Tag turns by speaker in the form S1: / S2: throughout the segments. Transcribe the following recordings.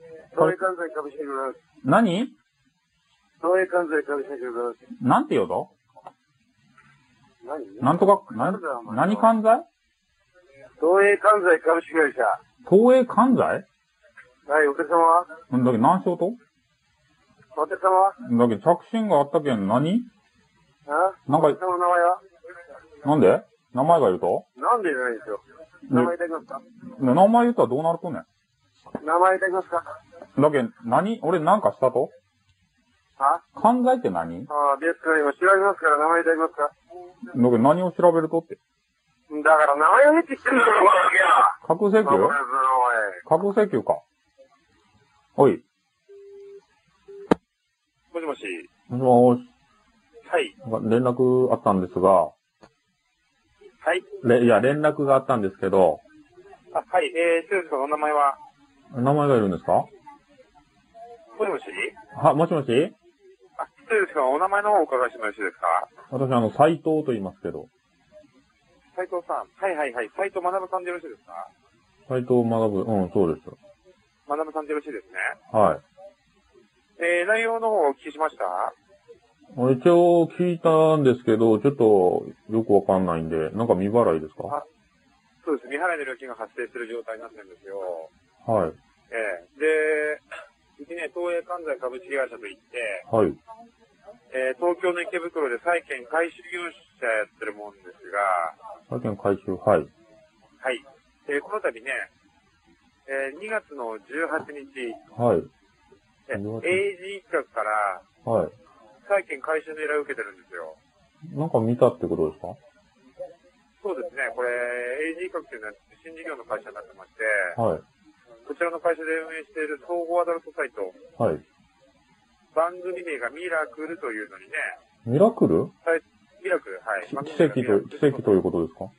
S1: 東映関西上白岩です。
S2: 何
S1: 東映関西上白岩です。
S2: なんて言うと
S1: 何
S2: なんとか、な
S1: なんだよお、前
S2: 何関西
S1: 東映関西株式会社。
S2: 東映関西
S1: はい、お客様
S2: んだけど何しようと
S1: お客様
S2: んだけど着信があったけん何
S1: あ
S2: なんか
S1: お客様の名前は
S2: なんで名前が言うと
S1: なんでじゃないですよ。名前いただきますか
S2: ね名前言ったらどうなるとね
S1: 名前いただきますか
S2: んだけど何俺なんかしたと
S1: あ
S2: 関西って何んだ
S1: ああ、ですから今調べますから名前いただきますか
S2: けど何を調べるとって。
S1: だから名前を見てきてるんだろ、この時は。
S2: 架空請
S1: バカ
S2: 求
S1: だぞ、
S2: 架空請求か。おい。
S1: おい。もしもし。
S2: もしもし
S1: はい。
S2: 連絡あったんですが、
S1: はい。
S2: れいや、連絡があったんですけど、
S1: あ、はい。えー、失礼ですが、お名前は
S2: 名前がいるんですか
S1: もしもし
S2: は、もしも
S1: あ、
S2: し
S1: 失礼ですが、お名前の方をお伺いしてもよろしいですか
S2: 私、あの、斎藤と言いますけど、
S1: 斉藤さん。はいはいはい。斉藤学さんでよろしいですか
S2: 斎藤学ぶ、うん、そうです。
S1: 学さんでよろしいですね。
S2: はい。
S1: えー、内容の方をお聞きしました
S2: 一応聞いたんですけど、ちょっとよくわかんないんで、なんか未払いですか
S1: そうです。未払いの料金が発生する状態になってるんですよ。
S2: はい。
S1: ええで、うちね、東映関西株式会社といって、
S2: はい。
S1: えー、東京の池袋で債券回収業者やってるもんですが、
S2: 債券回収、はい。
S1: はい。えー、この度ね、えー、2月の18日、
S2: はい。
S1: えー
S2: 2月
S1: AG 企画から
S2: は
S1: 債券回収の依頼を受けてるんですよ。
S2: い。なんか見たってことですか
S1: そうですね、これ、AG 企画っていうのは新事業の会社になってまして、
S2: はい。
S1: こちらの会社で運営している総合アダルトサイト、
S2: はい。
S1: 番組名がミラクルというのにね、
S2: ミラクル
S1: ミラクル、はい。
S2: き奇跡と、奇跡ということですか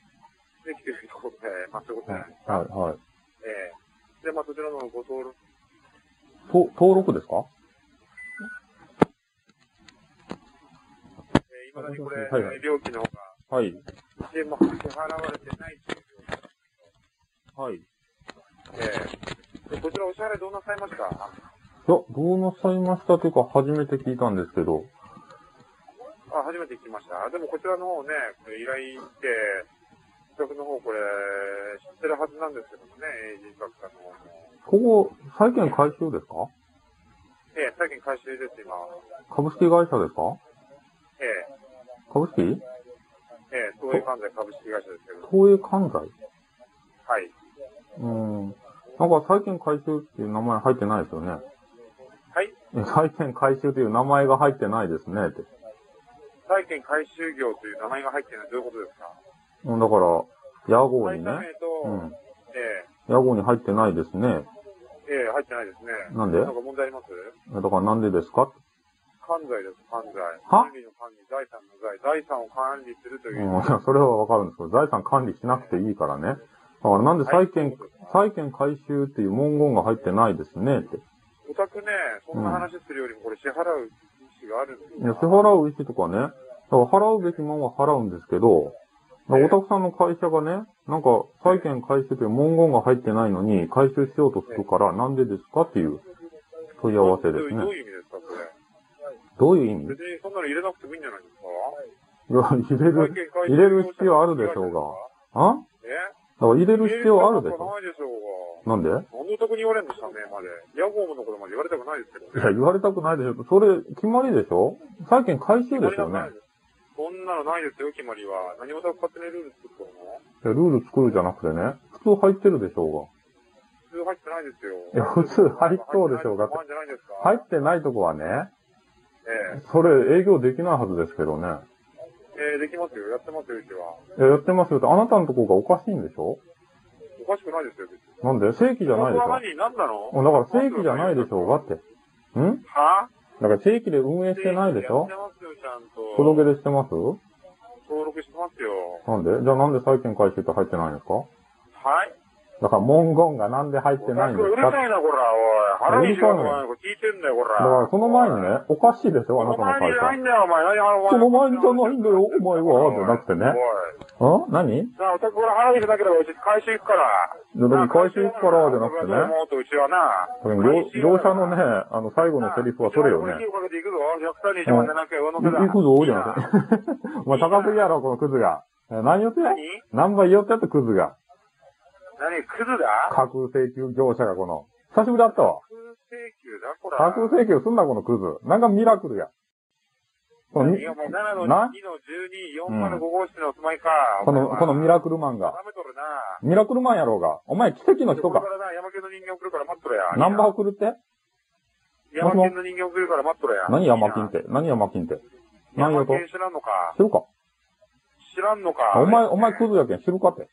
S1: 奇跡ということで、まあ、そういうことじゃないですか。
S2: はい、はい。
S1: ええで、まあ、そちらのご登録、
S2: と、登録ですか
S1: えー、未だにこれ、
S2: はいはい
S1: 料金の方が、
S2: はい。
S1: で、まあ、支払われてないという
S2: はい。い
S1: 状況で、ええでこちらお支払いどうなさいましたあ、
S2: や、どうなさいましたというか、初めて聞いたんですけど、
S1: 初めて聞きました。でも、こちらの方ね、これ依頼って、企画の方、これ、知ってるはずなんですけどもね、AG 企画さんの方も。
S2: ここ、債券回収ですか
S1: ええ最近回収です、今。
S2: 株式会社ですか
S1: ええ
S2: 株式
S1: ええ、東映関西株式会社ですけど、
S2: 東映関西
S1: はい。
S2: うん。なんか債券回収っていう名前入ってないですよね。
S1: はい。
S2: え債券回収という名前が入ってないですねって。
S1: 債券回収業という名前が入ってるのはどういうことですか
S2: うん、だから、屋号
S1: 会
S2: に
S1: 社
S2: ね。
S1: 名と、
S2: うん。
S1: え
S2: 屋号に入ってないですね。
S1: え、ええ、入ってないですね。
S2: なんで
S1: なんか問題あります
S2: だからなんでですか
S1: 関西です、関西。
S2: は
S1: 管理の管理、財産の財、財産を管理すると
S2: う
S1: い
S2: ん、
S1: う。
S2: いや、それはわかるんですけど、財産管理しなくていいからね。だからなんで債
S1: はい
S2: 券、
S1: そうですか
S2: 債券回収っていう文言が入ってないですねって。
S1: お宅ね、そんな話するよりもこれ支払う意思があるんです
S2: いや、
S1: よ。
S2: 支払う意思とかね、だから払うべきもんは払うんですけど、だから
S1: ええ
S2: おたくさんの会社がね、なんか、債権回収という文言が入ってないのに、回収しようとするから、なんでですかっていう問い合わせです
S1: どう
S2: ね。
S1: いう意味ですか、それ。
S2: どういう意味
S1: 別にそんなの入れなくてもいいんじゃないですか
S2: いや、入
S1: 債
S2: れる、
S1: 券回収
S2: 入れる必要あるでしょうがあ
S1: え
S2: だから入れる必要あるでし
S1: 入れ
S2: ょ。
S1: ないでしょうが。
S2: なんでい
S1: なんでお宅に言われるんでしたね、まで。ヤゴムのことまで言われたくないですけどね。
S2: や、言われたくないでしょ。それ、決まりでしょ債権回収ですよね。
S1: そんなのないですよ、決まりは。何もた勝手にルール作ったの
S2: いやルール作るじゃなくてね、普通入ってるでしょ
S1: 普通入ってないですよ。
S2: いや普通入っそうでしょう
S1: が
S2: が
S1: 入ってないです
S2: う
S1: か
S2: が。入ってないとこはね、
S1: え
S2: それ営業できないはずですけどね。
S1: えええできますよ。やってますよ、うちは。
S2: えやってますよって、あなたのとこがおかしいんでしょ
S1: おかしくないですよ、別に。
S2: なんで正規じゃないでし
S1: 僕は何、何なの
S2: ょだから正規じゃないでしょうがって。ん
S1: は
S2: だから正規で運営してないでしょ
S1: やってますよ、ちゃんと。
S2: 届け出してます
S1: 登録してますよ。
S2: なんでじゃあなんで債権回収って入ってないんですか
S1: はい。
S2: だから文言がなんで入ってないんで
S1: お宅
S2: す
S1: うる
S2: か
S1: さいな、こら、おい。腹にしようとかないのか聞いてんだよ、こら。
S2: だから、その前にね、おかしいですよ、
S1: そ
S2: あな
S1: の
S2: たの
S1: 前
S2: 会
S1: にじゃないんだよ、
S2: 社。
S1: お前。何腹
S2: その前にじゃないんだよ、お前は、じゃなくてね。
S1: おい。
S2: ん何
S1: なあ、お宅から腹にしなければ、うち回収行くから。
S2: でも回収行くから、じゃなくてね。
S1: もっとうちはな。
S2: でも業業者のね、あの、最後のセリフはそれよ
S1: か
S2: ね。
S1: けていくぞ。132万でなく上乗せだ。
S2: 行くぞ、じゃなくて。お前高すぎやろ、このクズが。え何言ってん
S1: 何
S2: 何倍言ってってクズが。
S1: 何クズだ
S2: 架空請求業者がこの。久しぶりだったわ。
S1: 架空請求だ、こら。
S2: 架空請求すんな、このクズ。なんかミラクルや。この
S1: いや、もう7の2
S2: な
S1: の12、405号室のお住まいか。
S2: この、このミ
S1: ラ
S2: ラクルマンが。
S1: 舐めとるな。
S2: ミラクルマンやろうが。お前奇跡の人
S1: こ
S2: か。
S1: れからな、山県の人間送るから待っとれや。
S2: ナンバー送るって
S1: 山県の人間送るから待っとれや。
S2: 何山金って。何山金って。何
S1: 山
S2: やと
S1: 県知らんのか。
S2: 知るか。
S1: 知らんのか。
S2: お前、お前クズやけん知るかって。